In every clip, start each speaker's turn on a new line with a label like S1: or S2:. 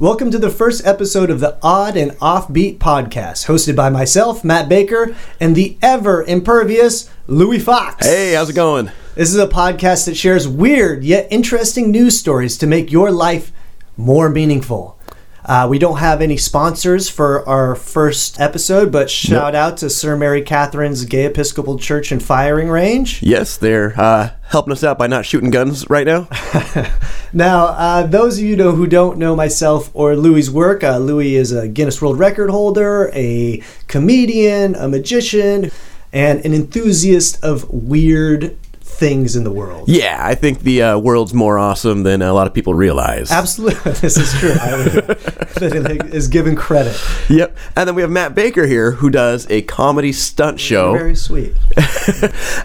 S1: Welcome to the first episode of the Odd and Offbeat podcast, hosted by myself, Matt Baker, and the ever impervious Louis Fox.
S2: Hey, how's it going?
S1: This is a podcast that shares weird yet interesting news stories to make your life more meaningful. Uh, we don't have any sponsors for our first episode, but shout out to Sir Mary Catherine's Gay Episcopal Church and Firing Range.
S2: Yes, they're uh, helping us out by not shooting guns right now.
S1: Now, uh, those of you know who don't know myself or Louis's work, uh, Louis is a Guinness World Record holder, a comedian, a magician, and an enthusiast of weird things in the world.
S2: yeah, I think the uh, world's more awesome than a lot of people realize.
S1: Absolutely, this is true. I would- is given credit.
S2: Yep. And then we have Matt Baker here, who does a comedy stunt show,
S1: Very sweet.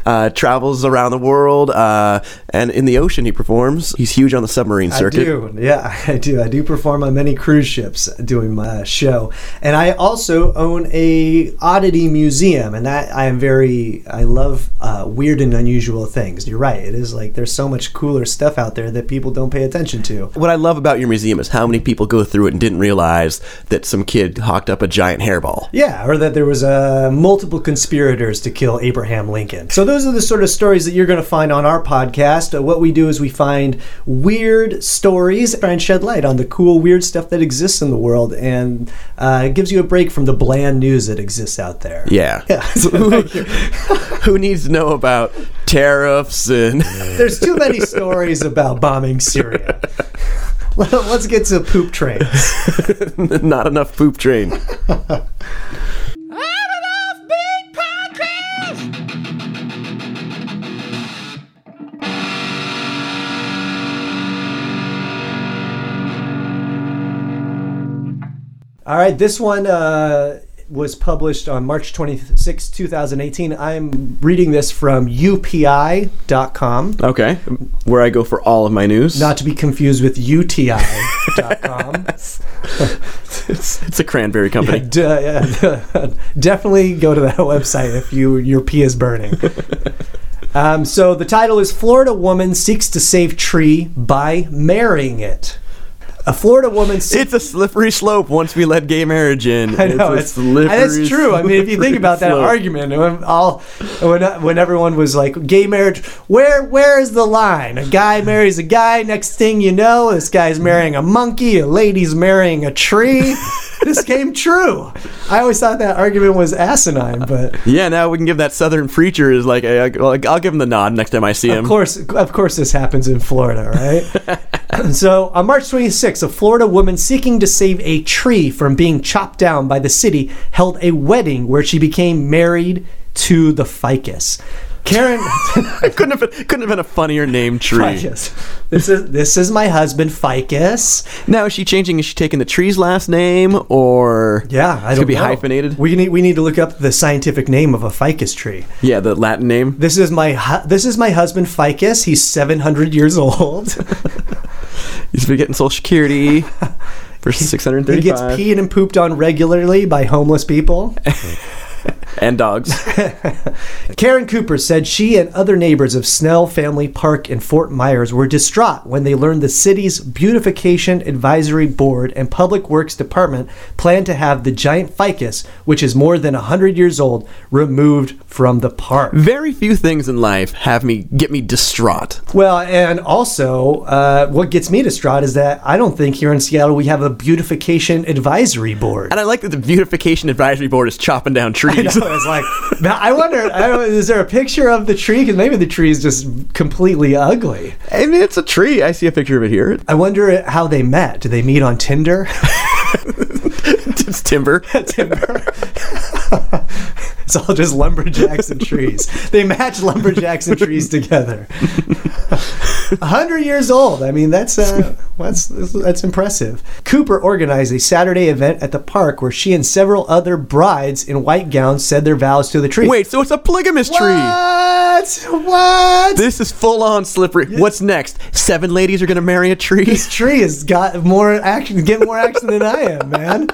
S2: uh, travels around the world, uh, and in the ocean he performs. He's huge on the submarine circuit.
S1: I do. Yeah, I do. I do perform on many cruise ships doing my show, and I also own a oddity museum, and that I am very. I love uh, weird and unusual things. You're right. It is like there's so much cooler stuff out there that people don't pay attention to.
S2: What I love about your museum is how many people go through it and didn't realize that some kid hawked up a giant hairball.
S1: Yeah, or that there was uh, multiple conspirators to kill Abraham Lincoln. So those are the sort of stories that you're going to find on our podcast. Uh, what we do is we find weird stories, try and shed light on the cool, weird stuff that exists in the world, and uh, it gives you a break from the bland news that exists out there.
S2: Yeah. Who needs to know about tariffs and.
S1: There's too many stories about bombing Syria. Let's get to poop trains.
S2: Not enough poop train.
S1: All right, this one uh, was published on March 26, 2018. I'm reading this from upi.com,
S2: Okay. Where I go for all of my news.
S1: not to be confused with uti.com.
S2: it's, it's a cranberry company.
S1: D- uh, definitely go to that website if you your pee is burning. Um, so the title is Florida Woman Seeks to Save Tree by Marrying It. A Florida woman seeks
S2: It's a slippery slope once we let gay marriage in.
S1: I know it's, and it's true. I mean, if you think about that
S2: slippery
S1: argument, when all when when everyone was like gay marriage, where where is the line? A guy marries a guy. Next thing you know, this guy's marrying a monkey. A lady's marrying a tree. this came true. I always thought that argument was asinine, but
S2: slope. Yeah, now we can give that southern preacher is like, I, will give him the nod next time I see him.
S1: Of course, of course, this happens in Florida, right? so, on March 26th, a Florida woman seeking to save a tree from being chopped down by the city held a wedding where she became married to the ficus. Karen,
S2: It couldn't have been, couldn't have been a funnier name tree.
S1: ficus. This is this is my husband, ficus.
S2: Now is she changing? Is she taking the tree's last name or?
S1: Yeah, I
S2: It's
S1: don't
S2: gonna be
S1: know.
S2: hyphenated?
S1: We need we need to look up the scientific name of a ficus tree.
S2: Yeah, the Latin name.
S1: This is my hu- this is my husband, ficus. He's 700 years old.
S2: He's been getting Social Security for six hundred
S1: he gets
S2: thirty-five
S1: peed and pooped on regularly by homeless people.
S2: and dogs.
S1: Karen Cooper said she and other neighbors of Snell Family Park in Fort Myers were distraught when they learned the city's Beautification Advisory Board and Public Works Department planned to have the giant ficus, which is more than 100 years old, removed from the park.
S2: Very few things in life have me get me distraught.
S1: Well, and also, uh, what gets me distraught is that I don't think here in Seattle we have a Beautification Advisory Board.
S2: And I like that the beautification advisory board is chopping down trees.
S1: I was like, now, I wonder, I don't, is there a picture of the tree? Because maybe the tree is just completely ugly.
S2: I mean, it's a tree. I see a picture of it here.
S1: I wonder how they met. Do they meet on Tinder?
S2: It's timber.
S1: Tinder. it's all just lumberjacks and trees. They match lumberjacks and trees together. A hundred years old. I mean, that's uh, that's that's impressive. Cooper organized a Saturday event at the park where she and several other brides in white gowns said their vows to the tree.
S2: Wait, so it's a polygamous tree.
S1: What? That's what.
S2: This is full on slippery. What's next? Seven ladies are going to marry a tree?
S1: This tree has got more action. Get more action than I am, man.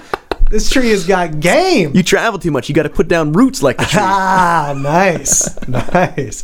S1: This tree has got game.
S2: You travel too much. You got to put down roots like the tree.
S1: Ah, nice, nice.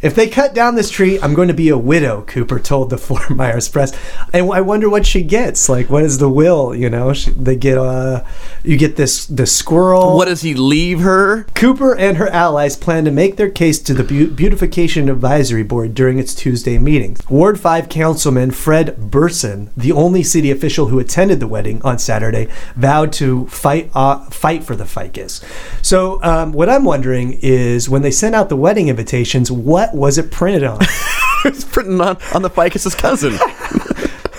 S1: If they cut down this tree, I'm going to be a widow. Cooper told the Fort Myers Press, and I wonder what she gets. Like, what is the will? You know, she, they get uh, you get this the squirrel.
S2: what does he leave her?
S1: Cooper and her allies plan to make their case to the Bu- Beautification Advisory Board during its Tuesday meeting. Ward 5 Councilman Fred Burson, the only city official who attended the wedding on Saturday, vowed to fight uh, fight for the ficus. So, um, what I'm wondering is when they sent out the wedding invitations, what was it printed on?
S2: it's printing on, on the ficus's cousin.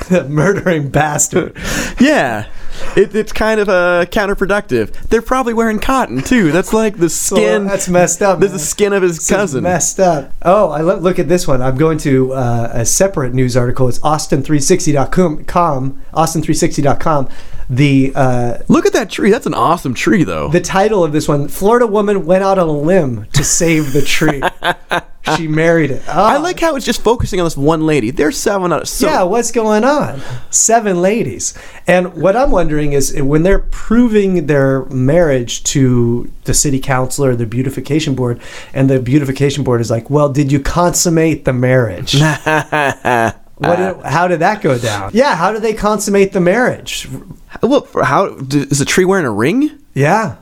S1: the murdering bastard.
S2: yeah. It, it's kind of uh, counterproductive. They're probably wearing cotton too. That's like the skin.
S1: that's messed up,
S2: There's
S1: man.
S2: the skin of his
S1: This is
S2: cousin.
S1: messed up. Oh, I lo- look at this one. I'm going to uh, a separate news article. It's austin360.com. Austin360.com. The uh,
S2: Look at that tree. That's an awesome tree, though.
S1: the title of this one: Florida woman went out on a limb to save the tree. she married it. Oh,
S2: I like how it's just focusing on this one lady. There's seven out. So
S1: yeah, what's going on? Seven ladies. And what I'm wondering is eh, when they're proving their marriage to the city council or the beautification board, and the beautification board is like, well, did you consummate the marriage? what did, how did that go down? Yeah, how do they consummate the marriage?
S2: Well, for how d- is the tree wearing a ring?
S1: Yeah.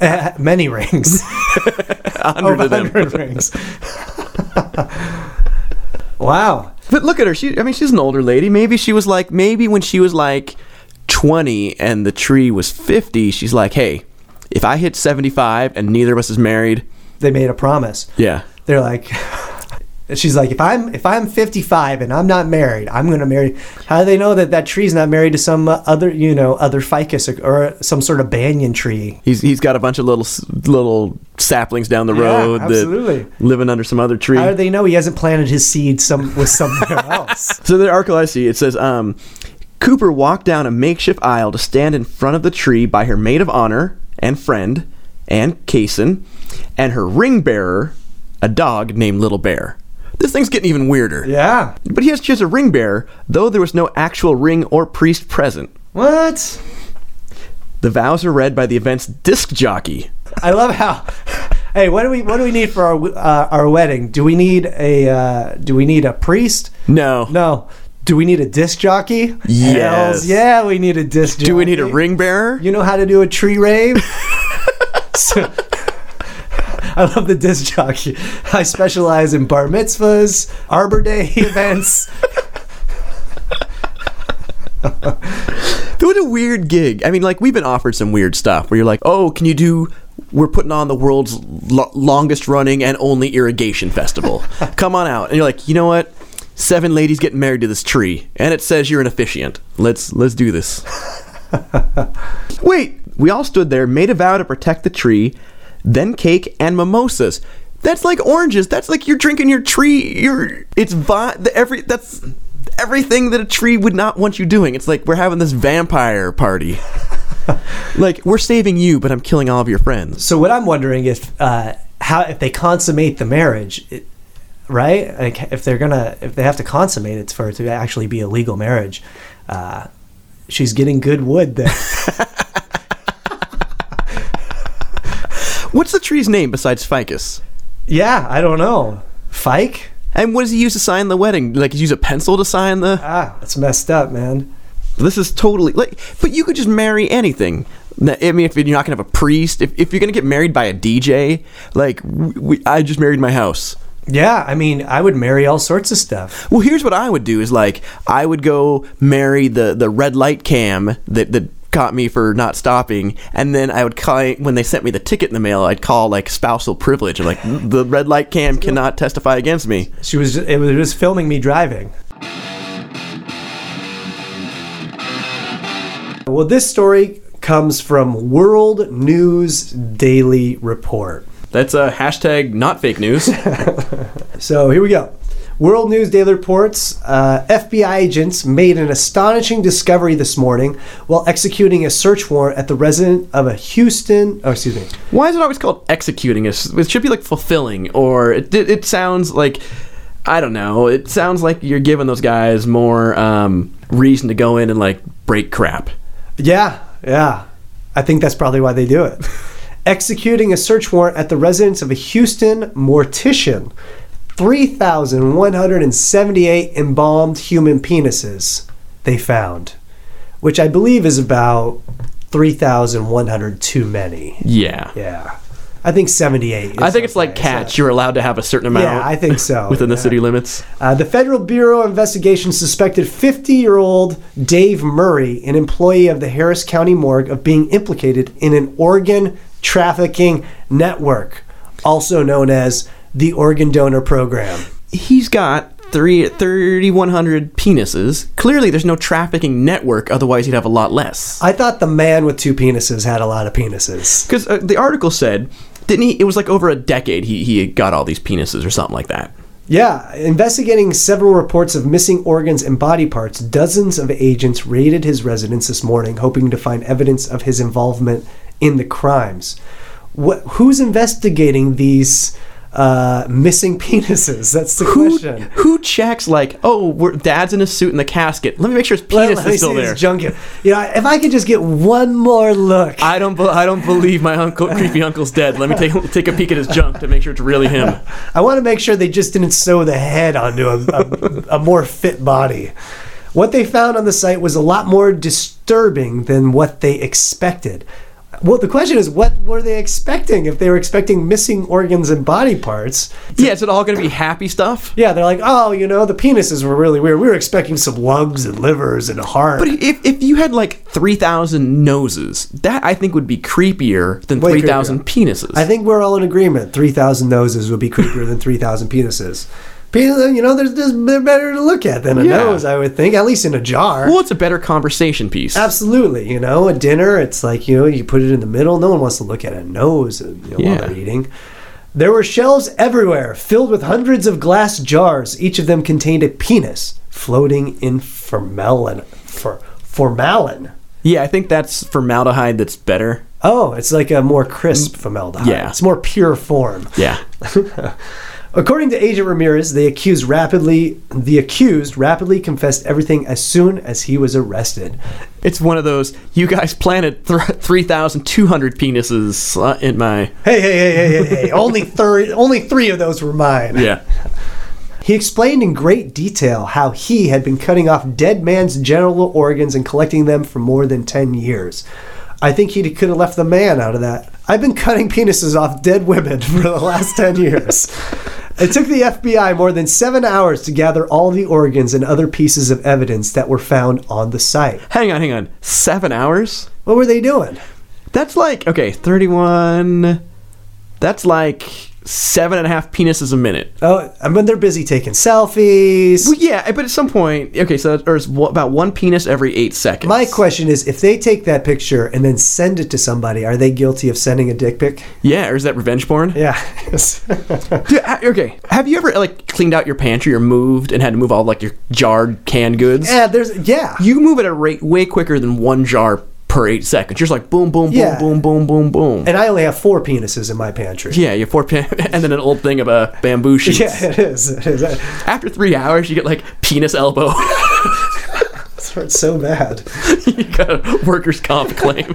S1: Uh, many rings.
S2: A hundred
S1: Oh,
S2: of them.
S1: 100 rings. wow.
S2: But look at her. She. I mean, she's an older lady. Maybe she was like. Maybe when she was like twenty and the tree was fifty, she's like, hey, if I hit seventy-five and neither of us is married,
S1: They made a promise.
S2: yeah.
S1: they're like she's like if i'm if i'm 55 and i'm not married i'm going to marry how do they know that that tree's not married to some uh, other you know other ficus or, or some sort of banyan tree
S2: He's, he's got a bunch of little s- little saplings down the road that-
S1: absolutely.
S2: living under some other tree.
S1: how do they know he hasn't planted his seed some with somewhere else
S2: So the article I see, it says, um, Cooper walked down a makeshift aisle to stand in front of the tree by her maid of honor and friend, Anne Kaysen, and her ring bearer, a dog named Little Bear. This thing's getting even weirder.
S1: yeah
S2: But he has just a ring bearer, though there was no actual ring or priest present.
S1: what
S2: The vows are read by the event's disc jockey.
S1: i love how hey what do we what do we need for our w- uh, our wedding do we need a uh, do we need a priest
S2: No.
S1: no do we need a disc jockey
S2: Yes.
S1: Hells yeah we need a disc jockey
S2: Do we need a ring bearer?
S1: You know how to do a tree rave? So- I love the disc jockey. I specialize in bar mitzvahs, Arbor Day events.
S2: What a weird gig. I mean, like, we've been offered some weird stuff where you're like, oh, can you do. We're putting on the world's lo- longest running and only irrigation festival. Come on out. And you're like, you know what? Seven ladies getting married to this tree, and it says you're an officiant. Let's let's do this. Wait, we all stood there, made a vow to protect the tree, then cake and mimosas. That's like oranges. That's like you're drinking your tree. Your it's vi- the every that's everything that a tree would not want you doing. It's like we're having this vampire party. like we're saving you, but I'm killing all of your friends.
S1: So what I'm wondering if uh, how if they consummate the marriage, it, right? Like if they're gonna if they have to consummate it for it to actually be a legal marriage, uh, she's getting good wood there.
S2: What's the tree's name besides ficus?
S1: yeah, I don't know, Fike.
S2: And what does he use to sign the wedding? Like, does he use a pencil to sign the?
S1: Ah, that's messed up, man.
S2: This is totally like, but you could just marry anything. Now, I mean, if you're not gonna have a priest, if, if you're gonna get married by a DJ, like w we, I just married my house.
S1: Yeah, I mean, I would marry all sorts of stuff.
S2: Well, here's what I would do: is like I would go marry the the red light cam that that caught me for not stopping, and then I would call when they sent me the ticket in the mail. I'd call like spousal privilege, like the red light cam cannot testify against me.
S1: She was it was just filming me driving. Well, this story comes from World News Daily Report.
S2: That's a hashtag not fake news.
S1: So here we go. World News Daily reports uh, FBI agents made an astonishing discovery this morning while executing a search warrant at the resident of a Houston. Oh, excuse me.
S2: Why is it always called executing? It's- It should be like fulfilling, or it, it, it sounds like I don't know. It sounds like you're giving those guys more um, reason to go in and like break crap.
S1: Yeah, yeah. I think that's probably why they do it. Executing a search warrant at the residence of a Houston mortician. 3,178 embalmed human penises they found, which I believe is about 3,100 too many.
S2: Yeah,
S1: Yeah. I think 78. is
S2: I think it's like
S1: okay.
S2: catch. You're allowed to have a certain amount.
S1: Yeah, I think so.
S2: within the
S1: yeah.
S2: city limits.
S1: Uh, the Federal Bureau of Investigation suspected 50 year old Dave Murray, an employee of the Harris County Morgue, of being implicated in an organ trafficking network, also known as the Organ Donor Program.
S2: he's got three 3100 penises clearly there's no trafficking network otherwise he'd have a lot less
S1: I thought the man with two penises had a lot of penises.
S2: because uh, the article said didn't he it was like over a decade he, he had got all these penises or something like that
S1: Yeah, investigating several reports of missing organs and body parts, dozens of agents raided his residence this morning, hoping to find evidence of his involvement in the crimes. What, who's investigating these uh, missing penises? That's the
S2: who,
S1: question.
S2: who checks like oh we're, dad's in a suit in the casket let me make sure his penis
S1: me
S2: is still
S1: see
S2: there
S1: This junket. You know, if I could just get one more look.
S2: I don't. bel I don't believe my uncle, creepy uncle's dead. Let me take take a peek at his junk to make sure it's really him.
S1: I want to make sure they just didn't sew the head onto a, a, a more fit body. What they found on the site was a lot more disturbing than what they expected. Well, the question is, what were they expecting? If they were expecting missing organs and body parts,
S2: Yeah, is it all going to be happy stuff?
S1: yeah, they're like, oh, you know, the penises were really weird. We were expecting some lungs and livers and a heart.
S2: But if, if you had like 3,000 noses, that I think would be creepier than
S1: Way
S2: 3,000 penises.
S1: I think we're all in agreement. Three thousand noses would be creepier than three thousand penises. Penis, you know, there's just they're better to look at than a
S2: Yeah.
S1: nose, I would think, at least in a jar.
S2: well, it's a better conversation piece.
S1: Absolutely, you know, at dinner, it's like you know, you put it in the middle. No one wants to look at a nose you know, while
S2: Yeah.
S1: they're eating. There were shelves everywhere, filled with hundreds of glass jars. Each of them contained a penis floating in formalin. For formalin.
S2: Yeah, I think that's formaldehyde that's better.
S1: Oh, it's like a more crisp formaldehyde.
S2: Mm. Yeah.
S1: it's more pure form.
S2: Yeah.
S1: According to Agent Ramirez, the accused rapidly the accused rapidly confessed everything as soon as he was arrested.
S2: It's one of those, you guys planted thr 3,200 penises uh, in my.
S1: Hey, hey, hey, hey, hey, hey! only three, only three of those were mine.
S2: Yeah.
S1: He explained in great detail how he had been cutting off dead man's genital organs and collecting them for more than 10 years. I think he could have left the man out of that. I've been cutting penises off dead women for the last 10 years. It took the FBI more than seven hours to gather all the organs and other pieces of evidence that were found on the site.
S2: Hang on, hang on. Seven hours?
S1: What were they doing?
S2: That's like, okay, 31. That's like seven and a half penises a minute.
S1: Oh, I mean, they're busy taking selfies.
S2: Well, yeah, but at some point, okay, so that's, or it's wha- about one penis every eight seconds.
S1: My question is if they take that picture and then send it to somebody, are they guilty of sending a dick pic?
S2: Yeah, or is that revenge porn?
S1: Yeah.
S2: Dude, I- okay. Have you ever like cleaned out your pantry or moved and had to move all like your jarred canned goods?
S1: Yeah, there's yeah.
S2: You move at a rate way quicker than one jar per eight seconds. You're just like boom, boom, boom,
S1: Yeah.
S2: boom, boom, boom, boom.
S1: And I only have four penises in my pantry.
S2: yeah, you have four pan- and then an old thing of a bamboo sheet.
S1: Yeah, it is. It is. That
S2: After three hours, you get like penis elbow.
S1: hurts so bad.
S2: you got a workers' comp claim.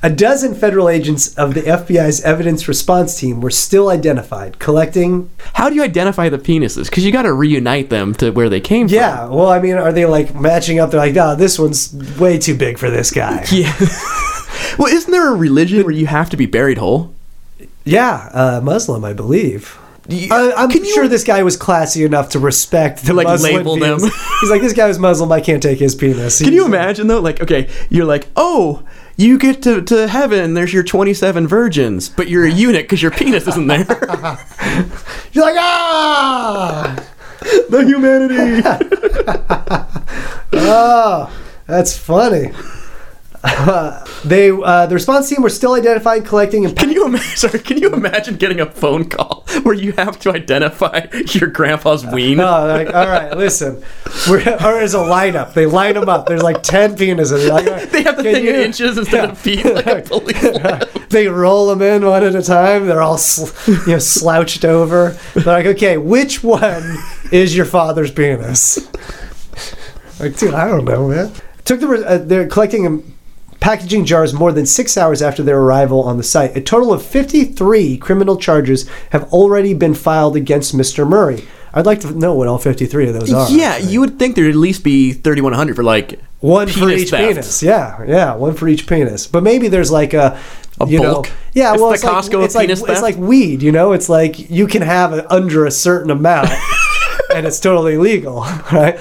S1: A dozen federal agents of the FBI's evidence response team were still identified, collecting.
S2: How do you identify the penises? Because you got to reunite them to where they came
S1: Yeah, well, I mean, are they like matching up? They're like, nah, this one's way too big for this guy.
S2: from. Yeah. well, isn't there a religion where you have to be buried whole?
S1: Yeah, uh, Muslim, I believe.
S2: You-
S1: I, I'm
S2: can you-
S1: sure this guy was classy enough to respect the
S2: like,
S1: Muslim
S2: label
S1: views.
S2: them.
S1: He's like, this guy was Muslim. I can't take his penis.
S2: Can you imagine though? Like, okay, you're like, oh, you get to, to heaven. There's your 27 virgins, but you're a eunuch because your penis isn't there.
S1: You're like, ah.
S2: the humanity.
S1: Oh, that's funny. they uh, the response team were still identifying, collecting, and
S2: Can you imagine? Sorry, can you imagine getting a phone call where you have to identify your grandpa's ween.
S1: No, they're Oh, like, all right, listen, we're, or it's a lineup. They line them up. There's like ten penises. They're like, all right,
S2: They have the
S1: can
S2: thing
S1: you-
S2: in inches instead of feet, like a police. lab.
S1: They roll them in one at a time. They're all sl- you know slouched over. They're like, okay, which one is your father's penis? Like, dude, I don't know, man. Took the uh, they're collecting um, packaging jars more than six hours after their arrival on the site. A total of 53 criminal charges have already been filed against Mr. Murray. I'd like to know what all 53 of those are.
S2: yeah, you would think there'd at least be 3,100 for like
S1: One for
S2: penis
S1: each
S2: theft.
S1: penis. Yeah, yeah, one for each penis. But maybe there's like a,
S2: A
S1: you
S2: bulk?
S1: Know, yeah,
S2: It's
S1: well,
S2: the
S1: it's like,
S2: Costco of
S1: it's, like,
S2: penis
S1: it's
S2: theft?
S1: like weed. You know, it's like you can have it under a certain amount, and it's totally legal, right?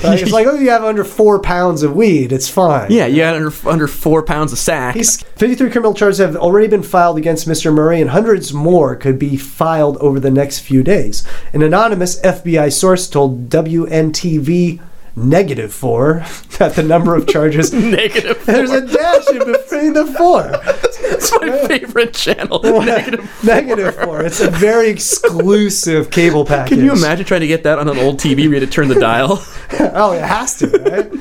S1: Like, it's like oh, you have under four pounds of weed, it's fine.
S2: Yeah, you had under under four pounds of sack.
S1: He's- 53 criminal charges have already been filed against Mr. Murray, and hundreds more could be filed over the next few days. An anonymous FBI source told WNTV negative four that the number of charges
S2: Negative.
S1: There's a dash in between the four.
S2: That's my favorite channel. Negative.
S1: Negative four. It's a very exclusive cable package.
S2: Can you imagine trying to get that on an old TV? We had to turn the dial.
S1: Oh, it has to, right?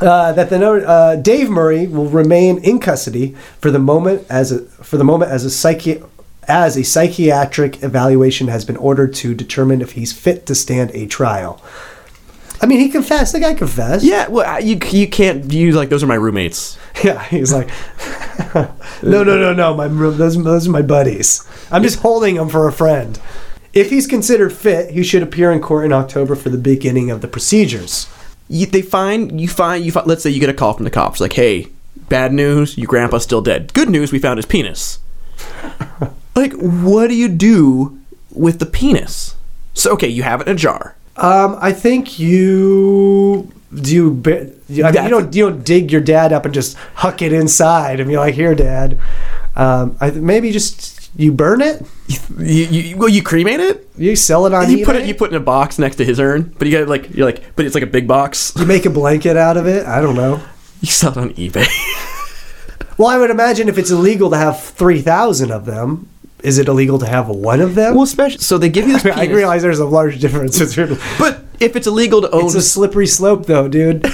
S1: Uh, that the no- uh, Dave Murray will remain in custody for the moment as a for the moment as a psychi- as a psychiatric evaluation has been ordered to determine if he's fit to stand a trial. I mean, he confessed. The guy confessed.
S2: Yeah, well, I- you you can't use like those are my roommates.
S1: Yeah, he's like, no, no, no, no. My those those are my buddies. I'm just holding them for a friend. If he's considered fit, he should appear in court in October for the beginning of the procedures.
S2: You, they find you find you. Find, let's say you get a call from the cops, like, "Hey, bad news, your grandpa's still dead. Good news, we found his penis." like, what do you do with the penis? So okay, you have it in a jar.
S1: Um, I think you do. You, ba- you- I mean,
S2: That's-
S1: you don't you don't dig your dad up and just huck it inside and be like, here, dad. Um, I th- maybe just you burn it.
S2: You, you, well, you cremate it.
S1: You sell it on
S2: You put
S1: eBay?
S2: it. You put it in a box next to his urn. But you got like you're like, but it's like a big box.
S1: You make a blanket out of it. I don't know.
S2: You sell it on eBay.
S1: Well, I would imagine if it's illegal to have 3,000 of them, is it illegal to have one of them?
S2: well, especially so they give you this.
S1: I
S2: penis.
S1: realize there's a large difference between.
S2: But if it's illegal to own,
S1: It's a slippery slope, though, dude.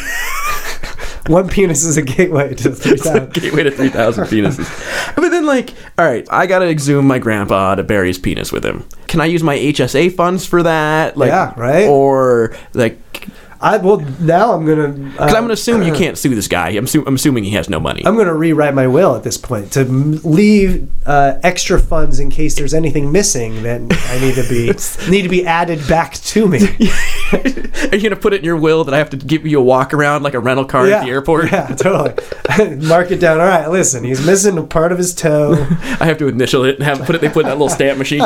S1: one penis is a gateway to 3,000.
S2: gateway to 3,000 penises. But then, like, all right, I gotta exhume my grandpa to bury his penis with him. Can I use my HSA funds for that? Like,
S1: Yeah, right.
S2: Or, like, because
S1: I well now I'm gonna. Uh,
S2: I'm gonna assume you can't sue this guy. I'm, assu- I'm assuming he has no money.
S1: I'm gonna rewrite my will at this point to m- leave uh, extra funds in case there's anything missing that I need to be need to be added back to me.
S2: Are you gonna put it in your will that I have to give you a walk around, like a rental car at the airport?
S1: Yeah, totally. Mark it down. All right, listen, he's missing a part of his toe.
S2: I have to initial it and have put it. They put it in that little stamp machine.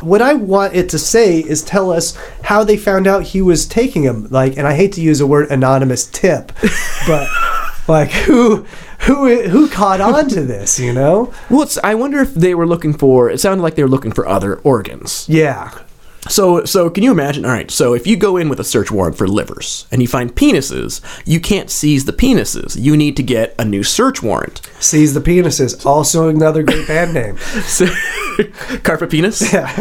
S1: What I want it to say is tell us how they found out he was taking them. Like, and I hate to use the word anonymous tip, but like who who who caught on to this? You know?
S2: well, it's, I wonder if they were looking for. It sounded like they were looking for other organs.
S1: Yeah.
S2: So, so can you imagine? All right, so if you go in with a search warrant for livers and you find penises, you can't seize the penises. You need to get a new search warrant.
S1: Seize the penises. Also another great band name.
S2: So, carpet penis. Yeah.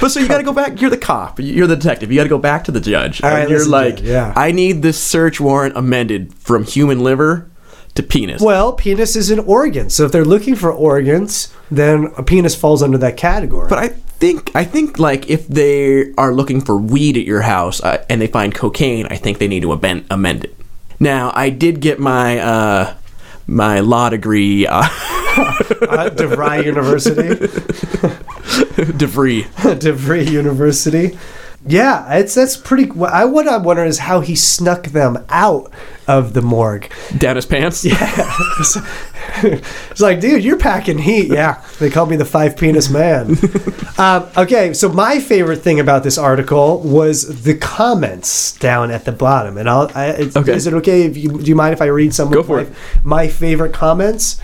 S2: But so you got to go back. You're the cop. You're the detective. You got to go back to the judge.
S1: right,
S2: and you're
S1: listen,
S2: like,
S1: Judge, yeah.
S2: I need this search warrant amended from human liver to penis.
S1: Well, penis is an organ, so if they're looking for organs, then a penis falls under that category.
S2: But I think I think like if they are looking for weed at your house uh, and they find cocaine, I think they need to amend, amend it. Now, I did get my uh, my law degree uh,
S1: uh, DeVry University.
S2: degree.
S1: DeVry University. Yeah, it's that's pretty. What I what I'm wondering is how he snuck them out of the morgue.
S2: down his pants.
S1: it's, it's like, dude, you're packing heat. Yeah, they call me the five penis man. um, okay, so my favorite thing about this article was the comments down at the bottom. And I'll, I, it's,
S2: Okay.
S1: is it okay if you do you mind if I read some
S2: Go
S1: of
S2: for
S1: my,
S2: it.
S1: my favorite comments?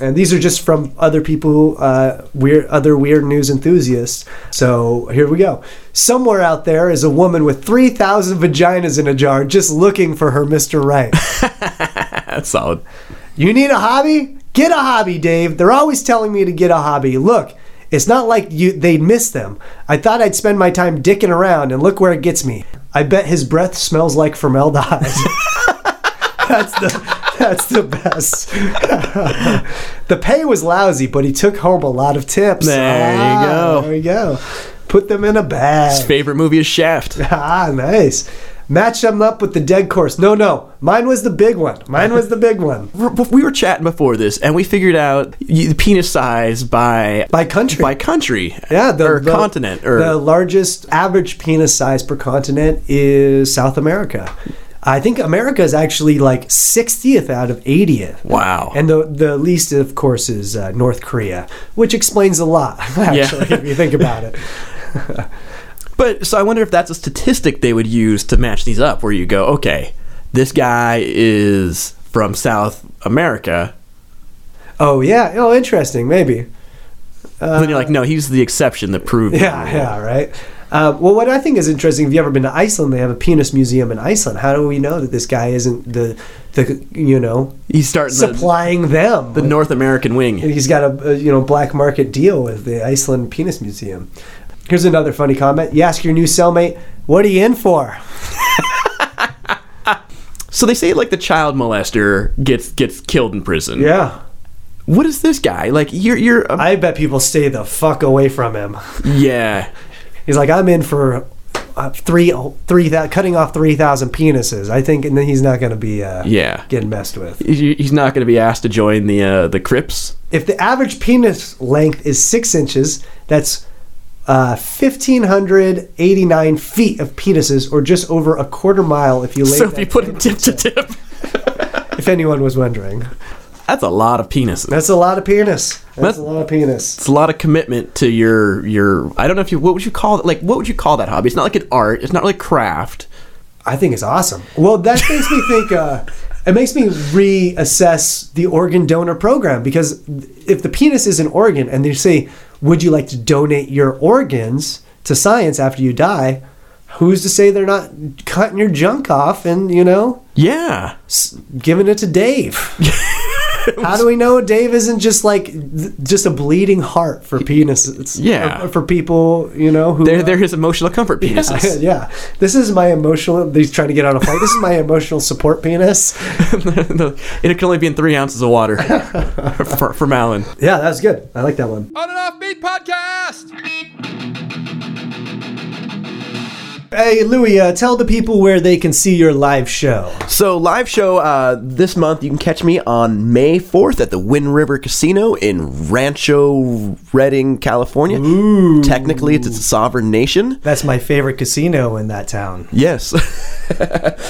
S1: And these are just from other people, who, uh, weird, other weird news enthusiasts. So here we go. Somewhere out there is a woman with 3,000 vaginas in a jar just looking for her Mr. Right.
S2: That's solid.
S1: You need a hobby? Get a hobby, Dave. They're always telling me to get a hobby. Look, It's not like you they miss them. I thought I'd spend my time dicking around and look where it gets me. I bet his breath smells like formaldehyde. that's the that's the best. the pay was lousy, but he took home a lot of tips.
S2: There you
S1: Ah,
S2: go.
S1: There you go. Put them in a bag.
S2: His favorite movie is Shaft.
S1: Ah, nice. Match them up with the dead course. No, no. Mine was the big one. Mine was the big one.
S2: We were chatting before this, and we figured out y- the penis size by
S1: By country.
S2: by country,
S1: yeah, the,
S2: or
S1: the-
S2: continent, or
S1: the largest average penis size per continent is South America. I think America is actually like 60th out of 80th.
S2: wow.
S1: And the the least, of course, is uh, North Korea, which explains a lot, actually, if you think about it.
S2: But so I wonder if that's a statistic they would use to match these up, where you go, okay, this guy is from South America.
S1: Oh yeah. Oh, interesting. Maybe.
S2: then you're like, no, he's the exception that proved. the
S1: Yeah.
S2: rule."
S1: Yeah. Right. Uh, well, what I think is interesting, if you've ever been to Iceland, they have a penis museum in Iceland. How do we know that this guy isn't the the you know
S2: He's starting the,
S1: supplying them?
S2: the North American wing.
S1: he's got a, a you know black market deal with the Iceland penis museum. Here's another funny comment. You ask your new cellmate, "What are you in for?"
S2: So they say like the child molester gets gets killed in prison.
S1: Yeah.
S2: What is this guy like? You're you're a,
S1: I bet people stay the fuck away from him.
S2: yeah.
S1: He's like, I'm in for uh, three, three thou- cutting off three thousand penises. I think, and then he's not going to be, uh,
S2: Yeah.
S1: getting messed with.
S2: He- He's not going to be asked to join the uh, the Crips.
S1: If the average penis length is six inches, that's uh, fifteen hundred eighty-nine feet of penises, or just over a quarter mile if you lay.
S2: So if
S1: that-
S2: you put him tip to tip,
S1: if anyone was wondering,
S2: that's a lot of penises.
S1: that's a lot of penis. That's,
S2: That's-
S1: a lot of penis.
S2: It's a lot of commitment to your your. I don't know if you what would you call it like what would you call that hobby? It's not like an art. It's not like craft.
S1: I think it's awesome. Well, that makes me think. Uh, it makes me reassess the organ donor program because if the penis is an organ and they say, "Would you like to donate your organs to science after you die?" Who's to say they're not cutting your junk off and you know
S2: Yeah,
S1: s- giving it to Dave? How do we know Dave isn't just like th- just a bleeding heart for penises?
S2: Yeah.
S1: or- for people you know who
S2: they're
S1: uh,
S2: they're his emotional comfort penises.
S1: yeah. This is my emotional. He's trying to get on a flight. This is my emotional support penis.
S2: and it can only be in three ounces of water for, from Alan.
S1: Yeah, that was good. I like that one.
S2: On and off beat podcast.
S1: Hey, Louis, uh, tell the people where they can see your live show.
S2: So live show uh, this month. You can catch me on May fourth at the Wind River Casino in Rancho Redding, California. Technically, it's, it's a sovereign nation.
S1: That's my favorite casino in that town.
S2: Yes.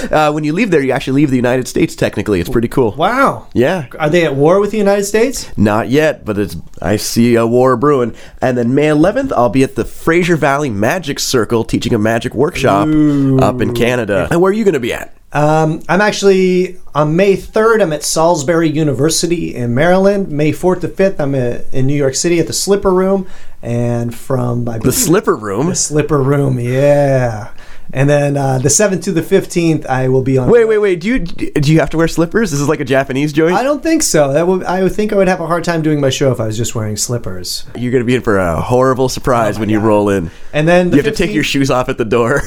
S2: uh, when you leave there, you actually leave the United States. Technically, it's pretty cool.
S1: Wow.
S2: Yeah.
S1: Are they at war with the United States?
S2: Not yet, but it's I see a war brewing. And then May 11th, I'll be at the Fraser Valley Magic Circle teaching a magic workshop up in Canada. And where are you going to be at?
S1: Um, I'm actually on May 3rd. I'm at Salisbury University in Maryland. May 4th to 5th, I'm at, in New York City at the Slipper Room, and from I
S2: The Slipper Room.
S1: Slipper Room, yeah. And then uh, the 7th to the 15th, I will be on.
S2: Wait, wait, wait. Do you do you have to wear slippers? This is like a Japanese joint.
S1: I don't think so. That would, I would think I would have a hard time doing my show if I was just wearing slippers.
S2: You're going to be in for a horrible surprise when you roll in.
S1: And then Oh the
S2: You have to take your
S1: 15th
S2: shoes off at the door.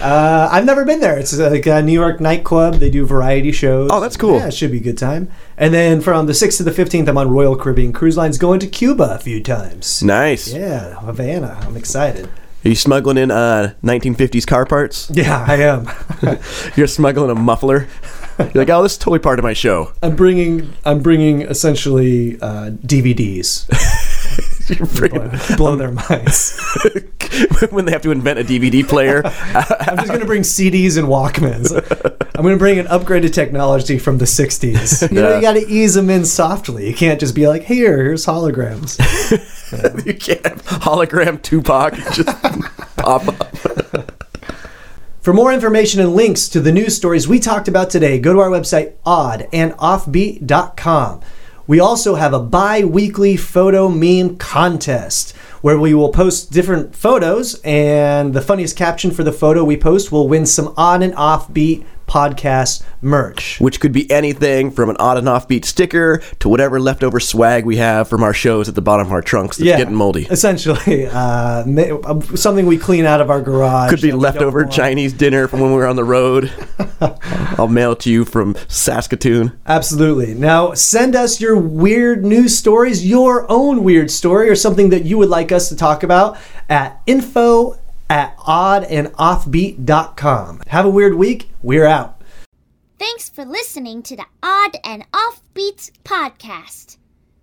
S1: uh, I've never been there. It's like a New York nightclub. They do variety shows.
S2: Oh, that's cool.
S1: Yeah, it should be a good time. And then from the 6th to the 15th, I'm on Royal Caribbean Cruise Lines going to Cuba a few times.
S2: nice.
S1: Yeah, Havana. I'm excited.
S2: Are you smuggling in uh, 1950s car parts?
S1: Yeah, I am.
S2: You're smuggling a muffler. You're like, oh, this is totally part of my show.
S1: I'm bringing. I'm bringing essentially uh, DVDs.
S2: You're bringing-
S1: Blow their minds.
S2: when they have to invent a DVD player.
S1: I'm just gonna bring CDs and Walkmans. I'm gonna bring an upgraded technology from the '60s. You know,
S2: Yeah.
S1: you got to ease them in softly. You can't just be like, "Here, here's holograms."
S2: you can't hologram Tupac just pop up.
S1: For more information and links to the news stories we talked about today, go to our website oddandoffbeat.com. We also have a bi weekly photo meme contest where we will post different photos, and the funniest caption for the photo we post will win some on and offbeat podcast merch.
S2: which could be anything from an odd and offbeat sticker to whatever leftover swag we have from our shows at the bottom of our trunks that's getting moldy.
S1: Essentially, uh, ma- something we clean out of our garage.
S2: Could be
S1: that we don't
S2: leftover
S1: want.
S2: Chinese dinner from when we were on the road. I'll mail it to you from Saskatoon.
S1: Absolutely. Now, send us your weird news stories, your own weird story, or something that you would like us to talk about at info at oddandoffbeat.com. Have a weird week. We're out.
S3: Thanks for listening to the Odd and Offbeat podcast.